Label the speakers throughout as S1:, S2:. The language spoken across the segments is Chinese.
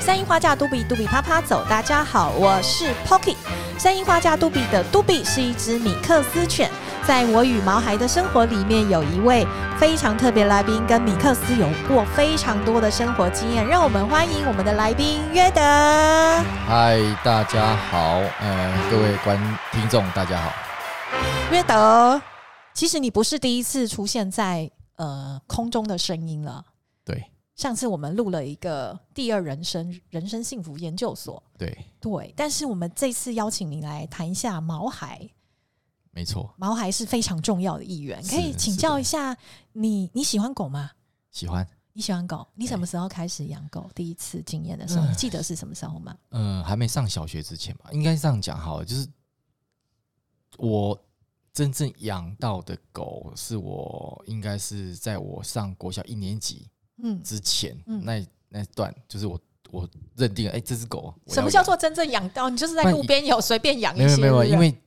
S1: 三樱花架杜比杜比啪啪走，大家好，我是 Pocky。三樱花架杜比的杜比是一只米克斯犬，在我与毛孩的生活里面，有一位非常特别来宾，跟米克斯有过非常多的生活经验，让我们欢迎我们的来宾约德。
S2: 嗨，大家好，呃，各位观听众，大家好。
S1: 约德，其实你不是第一次出现在呃空中的声音了。
S2: 对
S1: 上次我们录了一个第二人生人生幸福研究所，
S2: 对，
S1: 对，但是我们这次邀请你来谈一下毛孩，
S2: 没错，
S1: 毛孩是非常重要的一员，
S2: 是
S1: 可以请
S2: 是的
S1: 教一下你，你喜欢狗吗？
S2: 喜欢。
S1: 你喜欢狗？你什么时候开始养狗？第一次经验的时候，
S2: 嗯
S1: 你记得是什么时候吗？
S2: 嗯、还没上小学之前吧，应该这样讲好了，就是我真正养到的狗，是我应该是在我上国小一年级
S1: 嗯，
S2: 之前、
S1: 嗯
S2: 那那段，就是我我认定了，哎、这只狗我要
S1: 什么叫
S2: 养
S1: 做真正养到？你就是在
S2: 不然
S1: 路
S2: 以
S1: 边有随便养一
S2: 没有
S1: 些，
S2: 没有，
S1: 对不对
S2: 因为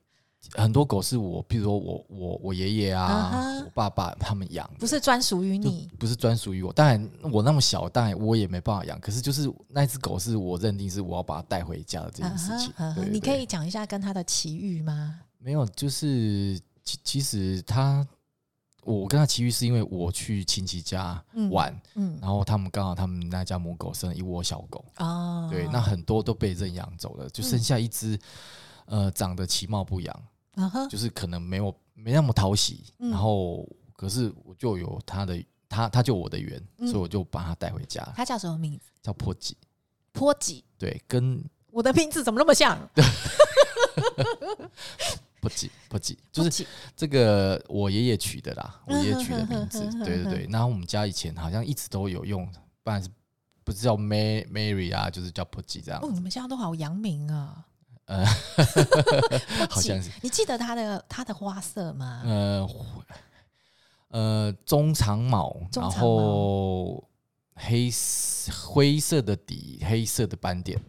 S2: 很多狗是我，譬如说我我我爷爷啊
S1: 啊哈
S2: 我爸爸他们养的，
S1: 不是专属于
S2: 就
S1: 你，
S2: 不是专属于我。当然，我那么小，当然我也没办法养。可是就是那只狗是我认定是我要把它带回家的这件事情。
S1: 啊哈啊哈
S2: 对对
S1: 你可
S2: 对
S1: 以讲一下跟它的奇遇吗？
S2: 没有，就是其其实它，我跟它奇遇是因为我去亲戚家
S1: 嗯
S2: 玩，
S1: 嗯
S2: 然后他们刚好他们那家母狗生了一窝小狗，
S1: 哦，
S2: 对，那很多都被认养走了，就
S1: 嗯
S2: 剩下一只，呃，长得其貌不扬，
S1: 啊哈，
S2: 就是可能没有没那么讨喜，
S1: 嗯
S2: 然后可是我就有它的。它它就我的缘，
S1: 嗯
S2: 所以我就把它带回家。
S1: 它叫什么名字？
S2: 叫破吉，
S1: 波吉。
S2: 对，跟
S1: 我的名字怎么那么像？
S2: 破吉破吉， 就是
S1: 是
S2: 这个我爷爷取的啦，我爷爷取的名字
S1: 嗯哼哼哼哼，
S2: 对对对。然后我们家以前好像一直都有用，不然是不是叫 May Mary 啊，就是叫破吉这样
S1: 哦，，你们现在都好阳明啊。
S2: 呃
S1: 波吉
S2: 好像是
S1: 你记得它的它的花色吗？
S2: 呃呃中长毛，
S1: 中
S2: 然
S1: 长毛
S2: 后黑色灰色的底，黑色的斑点，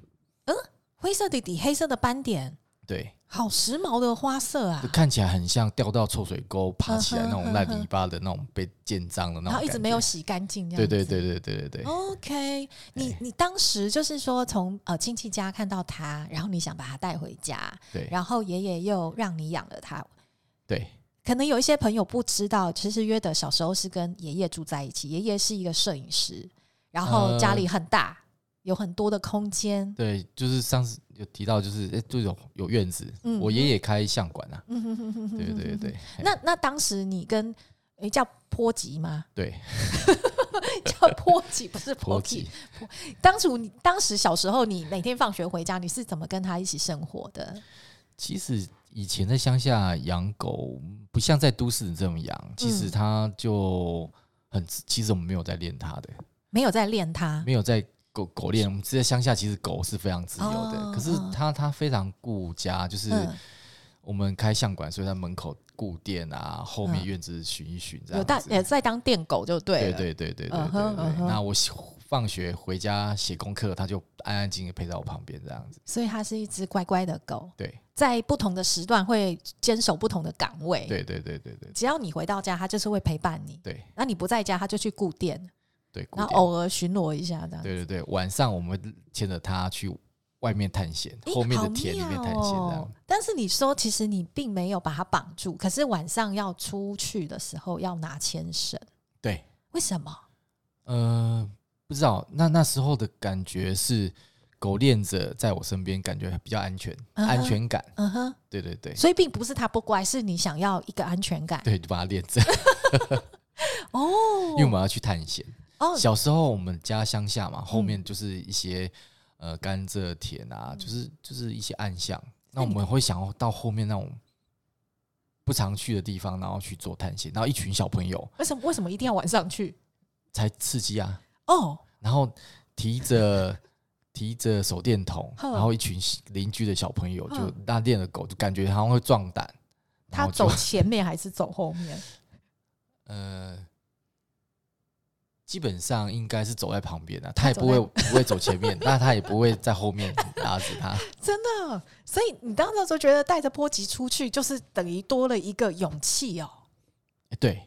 S1: 灰色底底黑色的斑点，
S2: 对，
S1: 好时髦的花色啊
S2: 就！看起来很像掉到臭水沟爬起来那
S1: 嗯哼
S2: 种
S1: 哼
S2: 烂
S1: 哼
S2: 泥巴的那种被建脏的那种
S1: 然后
S2: 感觉，
S1: 一直没有洗干净，这样子。
S2: 对。对
S1: 哦
S2: 对对对对对。
S1: OK，你
S2: 对
S1: 你当时就是说从呃亲戚家看到它，然后你想把它带回家，
S2: 对
S1: 然后爷爷又让你养了它。
S2: 对
S1: 可能有一些朋友不知道，其实约德小时候是跟爷爷住在一起，爷爷是一个摄影师，然后
S2: 呃
S1: 家里很大，有很多的空间。
S2: 对，就是上次有提到，就是哎，这、种有院子，
S1: 嗯
S2: 我爷爷开相馆啊，
S1: 嗯哼哼哼哼
S2: 对对对 对。
S1: 那那当时你跟诶、叫波吉吗？
S2: 对，
S1: 叫 波吉不是波
S2: 婆
S1: 吉
S2: 吉。
S1: 当初你当时小时候，你每天放学回家，你是怎么跟他一起生活的？
S2: 其实以前在乡下养狗，不像在都市这么养，其实
S1: 嗯
S2: 它就很，其实我们没有在练它的，
S1: 没有在练他，
S2: 没有在狗狗练，我们在乡下其实狗是非常自由的，
S1: 哦
S2: 可是
S1: 哦
S2: 它它非常顾家，就是
S1: 嗯，
S2: 我们开相馆，所以在门口顾店啊，后面
S1: 嗯
S2: 院子巡一巡这
S1: 有
S2: 样
S1: 大
S2: 子。
S1: 也在当电狗就对
S2: 对
S1: 了。
S2: 对对对对对
S1: 嗯哼嗯
S2: 对。
S1: 哼
S2: 那我喜放学回家写功课，他就安安静静陪在我旁边这样子。
S1: 所以它是一只乖乖的狗，
S2: 对
S1: 在不同的时段会坚守不同的岗位。
S2: 对对对对对
S1: 只要你回到家，它就是会陪伴你。
S2: 对
S1: 那你不在家，它就去顾店，
S2: 对，
S1: 然后
S2: 古典。
S1: 偶尔巡逻一下这样。
S2: 对对对，晚上我们牵着他去外面探险，
S1: 诶
S2: 后面
S1: 好
S2: 的田里面探
S1: 妙
S2: 险这
S1: 哦
S2: 样。。
S1: 但是你说，其实你并没有把它绑住，可是晚上要出去的时候要拿牵绳，
S2: 对，
S1: 为什么？
S2: 呃，不知道那那时候的感觉是狗链着在我身边，感觉比较安全，
S1: 嗯哼
S2: 安全感。
S1: 嗯哼，
S2: 对对对。
S1: 所以并不是它不乖，是你想要一个安全感。
S2: 对，就把它链着，
S1: 哦，
S2: 因为我们要去探险。
S1: 哦，
S2: 小时候我们家乡下嘛，后面就是一些呃甘蔗田啊，就是就是一些暗巷。那我们会想要到后面那种不常去的地方，然后去做探险，然后一群小朋友
S1: 为什么为什么一定要晚上去？
S2: 才刺激啊，
S1: 哦，
S2: 然后提着 提着手电筒，
S1: 哼
S2: 然后一群邻居的小朋友就
S1: 哼
S2: 那练的狗，就感觉好像会壮胆。然
S1: 它
S2: 后就
S1: 走前面还是走后面？
S2: 呃，基本上应该是走在旁边的、啊，他也
S1: 走
S2: 不会不会走前 面，那他也不会在后面拉着他。
S1: 真的，所以你当那时候觉得带着波吉出去，就是等于多了一个勇气哦。
S2: 对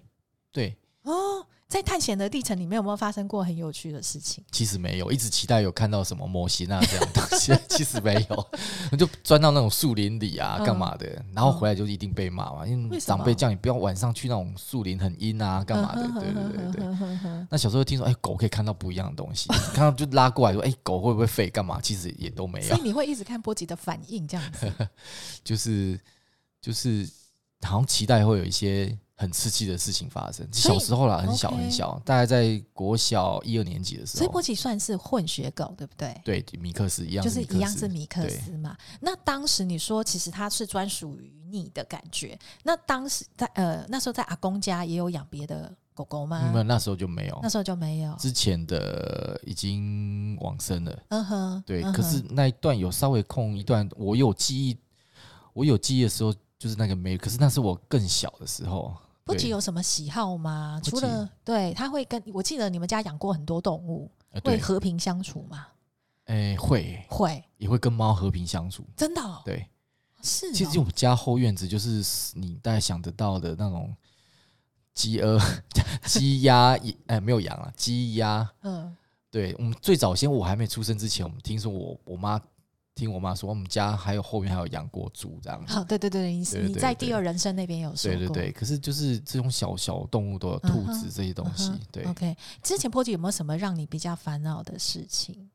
S2: 对，
S1: 哦，在探险的历程里面，有没有发生过很有趣的事情？
S2: 其实没有，一直期待有看到什么模型啊这样的 东西，其实没有，我就钻到那种树林里啊，
S1: 嗯
S2: 干嘛的，然后回来就一定被骂嘛，因
S1: 为
S2: 为
S1: 什么
S2: 长辈叫你不要晚上去那种树林很阴啊，干嘛的，
S1: 嗯哼
S2: 对对对对。
S1: 哼哼哼哼
S2: 那小时候听说，哎、狗可以看到不一样的东西，看到就拉过来说，哎、狗会不会吠？干嘛？其实也都没
S1: 所
S2: 有
S1: 以，你会一直看波吉的反应，这样 子。
S2: 就是就是好像期待会有一些很刺激的事情发生。
S1: 所以
S2: 小时候啦，很小
S1: OK
S2: 很小，大概在国小一二年级的时
S1: 所以波
S2: 候，
S1: 吉算是混血狗，对不对？
S2: 对米克斯一样，
S1: 就是一样是
S2: 米
S1: 米克斯嘛。那当时你说，其实它是专属于你的感觉。那当时在呃那时候在阿公家也有养别的狗狗
S2: 克斯，
S1: 吗
S2: 没？有那时候就没有
S1: 那，时候就没有。
S2: 之前的已经往生了。
S1: 嗯哼，
S2: 对，
S1: 嗯哼
S2: 可是那一段有稍微空一段，我有记忆，我有记忆的时候就是那个没，可是那是我更小的时候。
S1: 波吉
S2: 对
S1: 有什么喜好吗？除
S2: 波吉
S1: 了对，他会跟我记得你们家养过很多动物，会
S2: 呃对，
S1: 和平相处吗？
S2: 哎、会
S1: 会，
S2: 也会跟猫和平相处。
S1: 真的、哦、
S2: 对，
S1: 是、哦。
S2: 其实我们家后院子就是你大概想得到的那种鸡鹅、 鸡鸭，也哎没有羊啊，鸡鸭。
S1: 嗯，
S2: 对我们最早先我还没出生之前，我们听说我我妈听我妈说，我们家还有后院还有养过猪这样子。
S1: 好、对对对，你
S2: 对
S1: 你
S2: 对
S1: 在
S2: 对
S1: 第二人生那边有说
S2: 对
S1: 过，
S2: 对对，可是就是这种小小动物都有
S1: 嗯
S2: 兔
S1: 哼
S2: 子这些东
S1: 嗯
S2: 西，
S1: 哼
S2: 对，
S1: OK，之前波吉有没有什么让你比较烦恼的事情？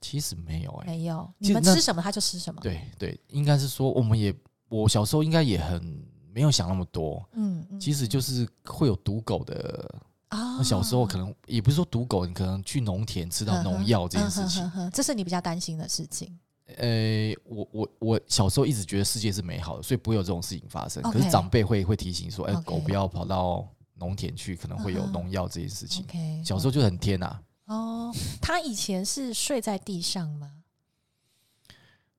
S2: 其实没有哎、
S1: 没有，
S2: 其
S1: 你
S2: 实
S1: 们
S2: 那
S1: 吃什么他就吃什么。，
S2: 对对，应该是说我们也我小时候应该也很没有想那么多，
S1: 嗯，嗯
S2: 其实就是会有赌狗的
S1: 啊
S2: 那小时候可能也不是说赌狗，你可能去农田吃到农药这件事情
S1: 嗯。哼嗯哼嗯哼这是你比较担心的事情。
S2: 呃，我我我小时候一直觉得世界是美好的，所以不会有这种事情发生。
S1: OK
S2: 可是长辈会会提醒说，哎、
S1: OK
S2: 狗不要跑到农田去，可能会有
S1: 嗯哼
S2: 农药这件事情。
S1: OK，
S2: 小时候就很天呐、
S1: 哦，他以前是睡在地上吗？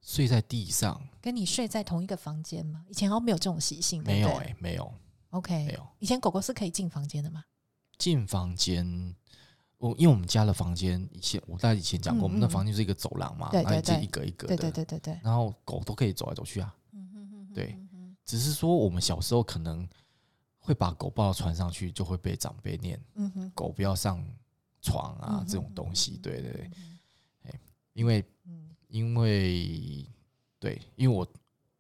S2: 睡在地上
S1: 跟你睡在同一个房间吗？以前好像没有这种习性，对
S2: 没
S1: 不
S2: 有
S1: 对
S2: 哎、没有
S1: OK，
S2: 没有
S1: 以前狗狗是可以进房间的吗？
S2: 进房间。我因为我们家的房间以前我大概以前讲过，
S1: 嗯
S2: 我们的
S1: 嗯
S2: 房间就是一个走廊嘛，
S1: 对
S2: 然后
S1: 对对
S2: 一格一格的，
S1: 对对对对对，
S2: 然后狗都可以走来走去啊。
S1: 嗯哼哼哼
S2: 对
S1: 哼哼
S2: 只是说我们小时候可能会把狗抱到船上去，就会被长辈念
S1: 嗯哼，
S2: 狗不要上床啊、
S1: 嗯
S2: 这种东西。对对对，
S1: 嗯
S2: 因为
S1: 嗯
S2: 因为对，因为我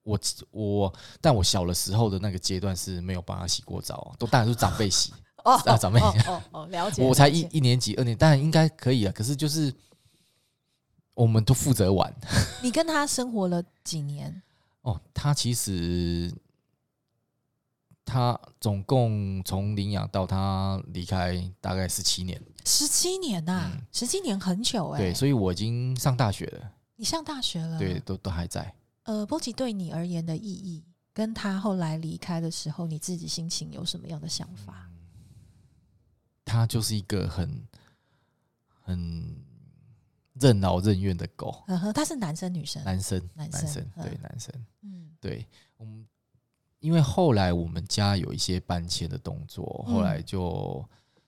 S2: 我我，但我小的时候的那个阶段是没有帮他洗过澡，啊都当然是长辈洗。
S1: 哦
S2: 啊长辈
S1: 哦哦哦，了解，
S2: 我才
S1: 了
S2: 一
S1: 解
S2: 一年级、二年，当然应该可以了。啊可是就是我们都负责玩
S1: 你跟他生活了几年？
S2: 哦。他其实他总共从领养到他离开大概十七年。
S1: 十七年呐、
S2: 嗯
S1: 十七年很久哎、
S2: 对，所以我已经上大学了，
S1: 你上大学了，
S2: 对，，都都还在。
S1: 呃，波吉对你而言的意义，跟他后来离开的时候，你自己心情有什么样的想法？
S2: 它就是一个很很任劳任怨的狗，
S1: 呵嗯呃呵，他是男生女生？
S2: 男生，
S1: 嗯男生
S2: 男生，
S1: 嗯
S2: 对，男生，
S1: 嗯
S2: 对，我们因为后来我们家有一些搬迁的动作，
S1: 嗯
S2: 后来就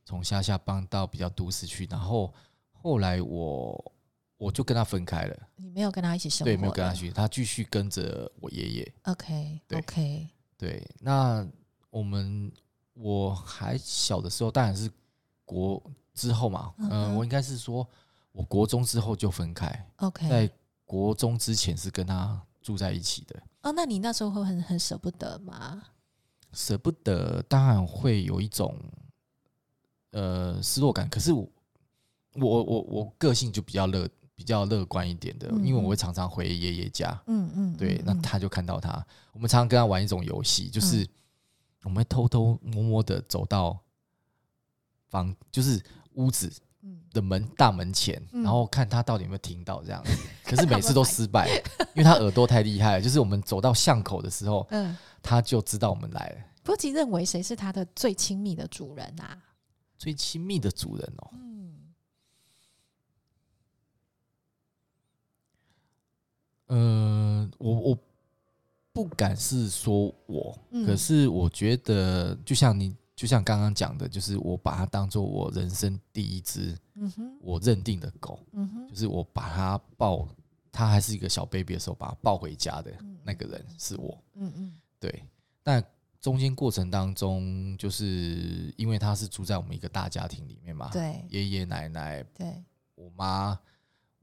S2: 从乡下搬到比较都市去，然后后来我我就跟他分开了，
S1: 你没有跟他一起生活，
S2: 对，没有跟他。去，他继续跟着我爷爷，
S1: OK
S2: 对
S1: OK，
S2: 对，那我们我还小的时候，当然是国之后嘛，
S1: 嗯
S2: 嗯、
S1: 哼
S2: 我应该是说，我国中之后就分开，在
S1: OK，
S2: 国中之前是跟他住在一起的，
S1: 哦，那你那时候会很很舍不得吗？
S2: 舍不得，当然会有一种呃失落感。可是我我我我个性就比较乐比较乐观一点的，
S1: 嗯哼
S2: 因为我会常常回爷爷家，
S1: 嗯嗯，
S2: 对
S1: 嗯，
S2: 那
S1: 嗯
S2: 他就看到他，我们常常跟他玩一种游戏，就是我们会偷偷摸摸的走到房，就是屋子
S1: 嗯
S2: 的门大门前，
S1: 嗯
S2: 然后看他到底有没有听 到这样子。可是每次都失败，因为他耳朵太厉害了。就是我们走到巷口的时候，
S1: 嗯，
S2: 他就知道我们来了。
S1: 波吉认为谁是他的最亲密的主人啊？
S2: 最亲密的主人哦，
S1: 嗯，
S2: 呃，我我不敢是说我，
S1: 嗯
S2: 可是我觉得就像你。就像刚刚讲的，就是我把它当做我人生第一只
S1: 嗯哼，
S2: 我认定的狗，
S1: 嗯哼，
S2: 就是我把它抱，它还是一个小 baby 的时候，把它抱回家的
S1: 嗯
S2: 那个人是我。
S1: 嗯嗯
S2: 对，但中间过程当中，就是因为他是住在我们一个大家庭里面嘛，
S1: 对
S2: 爷爷奶奶、
S1: 对，
S2: 我妈、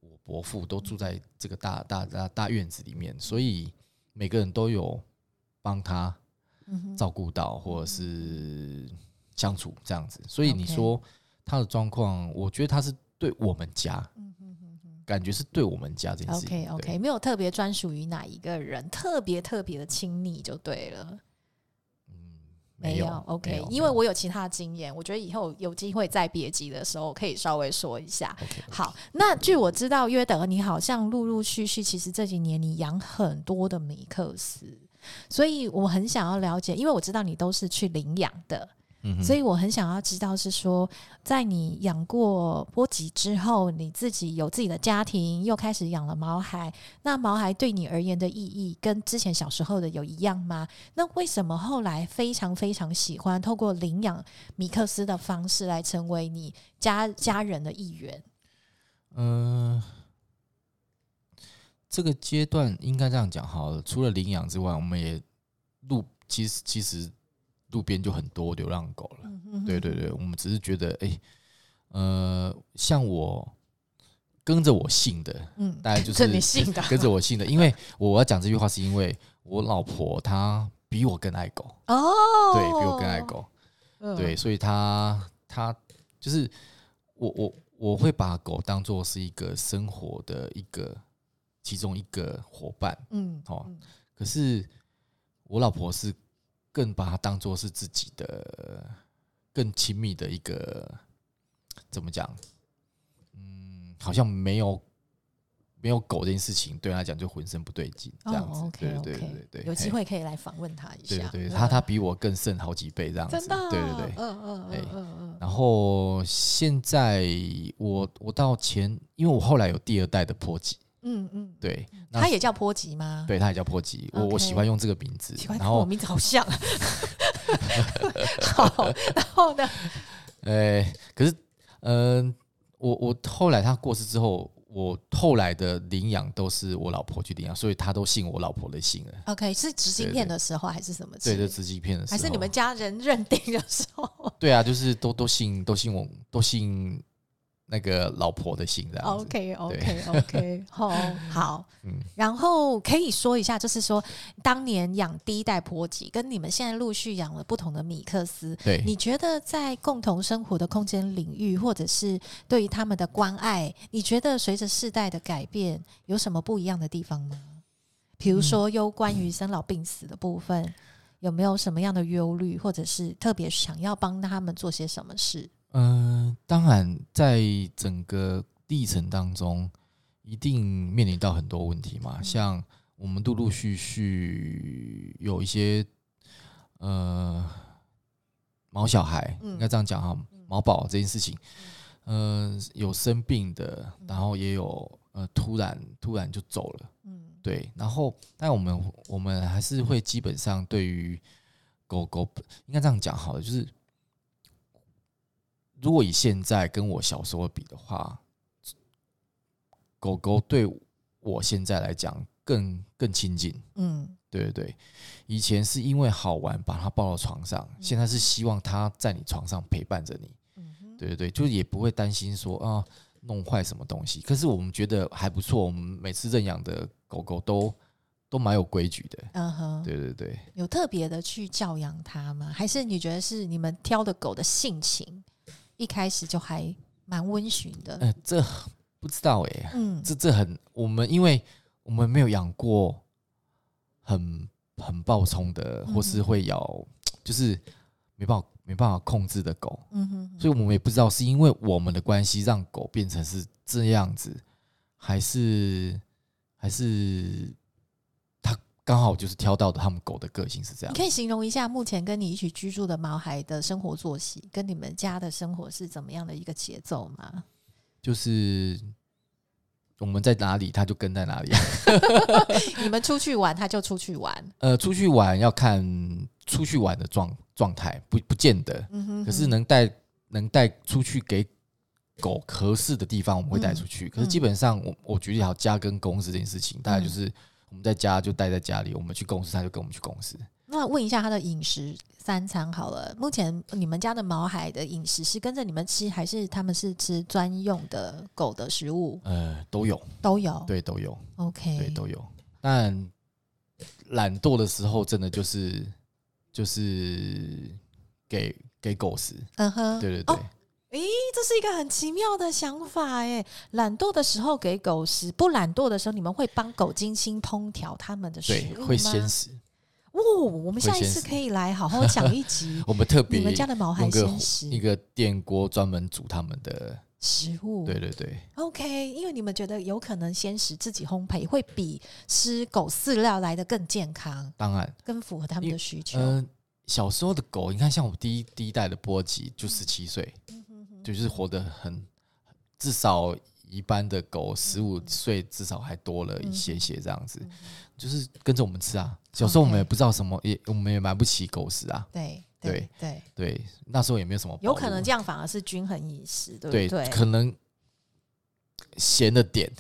S2: 我伯父都住在这个大大大大院子里面，所以每个人都有帮他
S1: 嗯哼，
S2: 照顾到，或者是相处这样子。所以你
S1: OK
S2: 说他的状况，我觉得他是对我们家，
S1: 嗯哼哼哼
S2: 感觉是对我们家这件事情。
S1: OK
S2: 对
S1: OK，没有特别专属于哪一个人，特别特别的亲昵就对了。
S2: 嗯，
S1: 没
S2: 有
S1: 有 OK，
S2: 没有
S1: 因为
S2: 没有
S1: 我有其他经验，我觉得以后有机会再别集的时候可以稍微说一下。
S2: OK，
S1: 好，那据我知道，约等你好像陆陆续续，其实这几年你养很多的米克斯，所以我很想要了解，因为我知道你都是去领养的，
S2: 嗯哼
S1: 所以我很想要知道是说，在你养过波吉之后，你自己有自己的家庭，又开始养了毛孩，那毛孩对你而言的意义跟之前小时候的有一样吗？那为什么后来非常非常喜欢透过领养米克斯的方式来成为你家家人的一员？
S2: 嗯，这个阶段应该这样讲好了。除了领养之外，我们也路其实其实路边就很多流浪狗了。
S1: 嗯哼
S2: 对对对，我们只是觉得，哎、呃，像我跟着我姓的，
S1: 嗯，
S2: 大概就
S1: 这你
S2: 是
S1: 信的
S2: 跟着我姓的，因为我要讲这句话是因为我老婆她比我更爱狗，
S1: 哦，
S2: 对比我更爱狗，
S1: 嗯，
S2: 对，所以他他就是我我我会把狗当做是一个生活的一个其中一个伙伴
S1: 嗯，
S2: 哦
S1: 嗯，
S2: 可是我老婆是更把它当做是自己的更亲密的一个怎么讲？嗯，好像没有没有狗这件事情对她来讲就浑身不对劲这样子，
S1: 哦
S2: 对
S1: ，OK
S2: 对对
S1: OK，
S2: 对对，
S1: 有机
S2: 嘿。
S1: 会可以来访问他一
S2: 对
S1: 下，
S2: 对对，
S1: 嗯
S2: 他他比我更胜好几倍这样子，
S1: 真的啊，
S2: 对对对，
S1: 嗯嗯
S2: 哎
S1: 嗯嗯嗯，
S2: 然后现在我我到前，因为我后来有第二代的波吉，
S1: 嗯嗯，
S2: 对，那
S1: 他也叫波吉吗？
S2: 对，它也叫波吉，我我
S1: OK
S2: 喜欢用这个名字
S1: 奇怪，。
S2: 然
S1: 跟我
S2: 后
S1: 名字好像。啊 好，然后呢？
S2: 呃，可是嗯、我我后来他过世之后，我后来的领养都是我老婆去领养，所以他都信我老婆的信了。
S1: OK，是执行
S2: 对
S1: 片的时候还是什么？
S2: 对，这，吃鸡片的时
S1: 还
S2: 候，
S1: 是你们家人认定的时候
S2: 对啊，就是都都信都信我都信那个老婆的信这样子。
S1: 哦？OK OK OK，好 好。
S2: 嗯，
S1: 然后可以说一下，就是说当年养第一代婆吉，跟你们现在陆续养了不同的米克斯，
S2: 对，
S1: 你觉得在共同生活的空间领域，或者是对于他们的关爱，你觉得随着世代的改变，有什么不一样的地方吗？比
S2: 嗯
S1: 如说，有关于生老病死的部分，有没有什么样的忧虑，或者是特别想要帮他们做些什么事？
S2: 嗯，当然，在整个历程当中，一定面临到很多问题嘛，
S1: 嗯
S2: 像我们陆陆续续有一些呃毛小孩，
S1: 嗯
S2: 应该这样讲哈，毛宝这件事情，呃，有生病的，然后也有呃突然突然就走了，
S1: 嗯
S2: 对，然后但我们我们还是会基本上对于狗狗应该这样讲好了，就是如果以现在跟我小时候比的话，狗狗对我现在来讲更更亲近，
S1: 嗯
S2: 对对对。以前是因为好玩把它抱到床上，现在是希望它在你床上陪伴着你，
S1: 嗯哼
S2: 对对对，就是也不会担心说啊弄坏什么东西。可是我们觉得还不错，我们每次认养的狗狗都都蛮有规矩的。
S1: 嗯哼，
S2: 对对对，
S1: 有特别的去教养它吗？还是你觉得是你们挑的狗的性情，一开始就还蛮温驯的？
S2: 呃，这不知道哎、
S1: 嗯
S2: 这这很我们因为我们没有养过很很暴冲的，或是
S1: 嗯
S2: 会咬，就是没办法没办法控制的狗，
S1: 嗯哼，
S2: 所以我们也不知道是因为我们的关系让狗变成是这样子，还是还是它刚好就是挑到的他们狗的个性是这样
S1: 你。可以形容一下目前跟你一起居住的毛孩的生活作息，跟你们家的生活是怎么样的一个节奏吗？
S2: 就是我们在哪里，它就跟在哪 里。啊
S1: 你们出去玩，他就出去玩，
S2: 呃，出去玩要看出去玩的状状态，不不见得。
S1: 嗯哼
S2: 可是能带能带出去给狗合适的地方，我们会带出
S1: 嗯
S2: 去。可是基本上，我我举例好
S1: 嗯
S2: 家跟公司这件事情，大概就是我们在家就待在家里，我们去公司它就跟我们去公司。
S1: 那那问一下他的饮食三餐好了，目前你们家的毛孩的饮食是跟着你们吃，还是他们是吃专用的狗的食物？
S2: 呃，都有，
S1: 都有。
S2: 对，都有，
S1: 哦，OK，
S2: 对，都有。但懒惰的时候，真的就是就是给给狗食，
S1: 嗯哼，
S2: 对对对，
S1: 哦咦，这是一个很奇妙的想法哎！懒惰的时候给狗食，不懒惰的时候，你们会帮狗精心烹调它们的食
S2: 对
S1: 物，吗？
S2: 会鲜食。
S1: 哦，我们下一
S2: 会
S1: 次
S2: 先食
S1: 可以来好好讲一集
S2: 我们特
S1: 你
S2: 别
S1: 们家的毛孩
S2: 用个
S1: 鲜
S2: 火一
S1: 食
S2: 个电锅专门煮他们的，
S1: 食物。
S2: 对对对，
S1: OK，因为你们觉得有可能鲜食自己烘焙会比吃狗饲料来的更健康，
S2: 当然，
S1: 更符合他们的需求。
S2: 嗯、小时候的狗，你看像我第一第一代的波吉就十七岁，
S1: 嗯
S2: 对就是活得很，至少一般的狗十五岁至少还多了一些些这样子，就是跟着我们吃啊。小时候我们
S1: 嗯
S2: 也
S1: OK
S2: 不知道什么，也我们也买不起狗食啊，
S1: 对
S2: 对
S1: 对，
S2: 对，那时候也没有什么，
S1: 有可能这样反而是均衡饮食，对不
S2: 对，
S1: 对？
S2: 可能咸的点，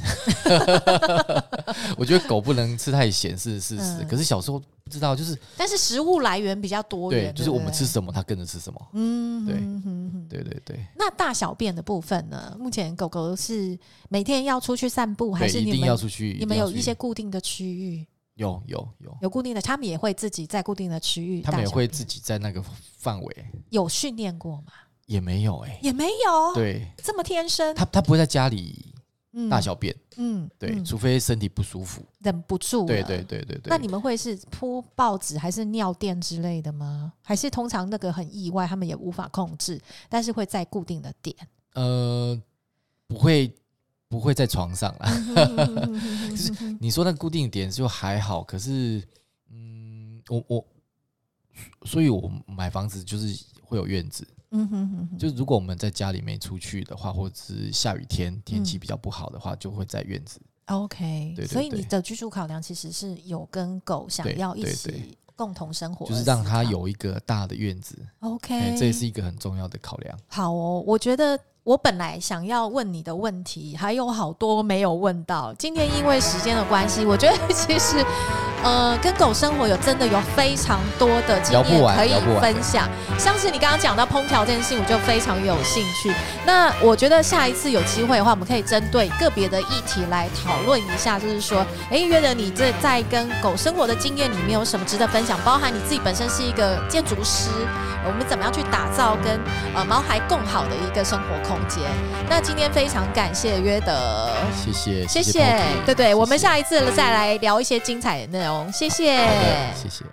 S2: 我觉得狗不能吃太咸是事实。
S1: 嗯
S2: 可是小时候不知道，就是
S1: 但是食物来源比较多元，
S2: 对，就是我
S1: 不
S2: 们
S1: 对
S2: 吃什么，它跟着吃什么。
S1: 嗯，
S2: 对
S1: 哼哼哼
S2: 对对对，
S1: 那大小便的部分呢？目前狗狗是每天要出去散步，还
S2: 对，
S1: 是
S2: 一
S1: 你
S2: 定要
S1: 们
S2: 出去。
S1: 你
S2: 定
S1: 们
S2: 要
S1: 有
S2: 出
S1: 一
S2: 去
S1: 些固定的区域？
S2: 有有有，
S1: 有固定的，他们也会自己在固定的区域大
S2: 他
S1: 小
S2: 们
S1: 便，
S2: 也会自己在那个范围，
S1: 有训练过吗？
S2: 也没有哎、
S1: 也没有，，
S2: 对
S1: 这么天生。
S2: 他他不会在家里
S1: 哦嗯
S2: 大，小便，
S1: 嗯，
S2: 对，
S1: 嗯
S2: 除非身体不舒服。
S1: 忍不住了，
S2: 对对对对对。
S1: 那你们会是铺报纸还是尿垫之类的吗？还是通常那个很意外，他们也无法控制，但是会在固定的点？
S2: 呃不会不会在床上啦。
S1: 嗯
S2: 是 你说那个固定点就还好，可是，嗯，我我，所以我买房子就是会有院子，
S1: 嗯哼哼哼
S2: 就是如果我们在家里没出去的话，或者是下雨天
S1: 嗯
S2: 天气比较不好的话，就会在院子。
S1: OK，
S2: 对对
S1: 所以你
S2: 对
S1: 的居住考量其实是有跟狗想
S2: 对
S1: 要一
S2: 对
S1: 起
S2: 对
S1: 共同生活而
S2: 就
S1: 思考，
S2: 是让它有一个大的院子，哎、
S1: OK，
S2: 这也是一个很重要的考量。
S1: 好哦。我觉得我本来想要问你的问题，还有好多没有问到。今天因为时间的关系，我觉得其实呃，跟狗生活有真的有非常多的经
S2: 聊不
S1: 验
S2: 完
S1: 可以
S2: 聊不完
S1: 分享。像是你刚刚讲到烹调这件事情，我就非常有兴趣。那我觉得下一次有机会的话，我们可以针对个别的议题来讨论一下，就是说，诶，约的你这在跟狗生活的经验里面有什么值得分享？包含你自己本身是一个建筑师，我们怎么样去打造跟呃毛孩更好的一个生活空间？那今天非常感谢约德。
S2: 谢谢，
S1: 谢谢
S2: Poki，
S1: 对对，我们
S2: 谢谢
S1: 下一次再来聊一些精彩的内容，谢谢
S2: 好的谢谢。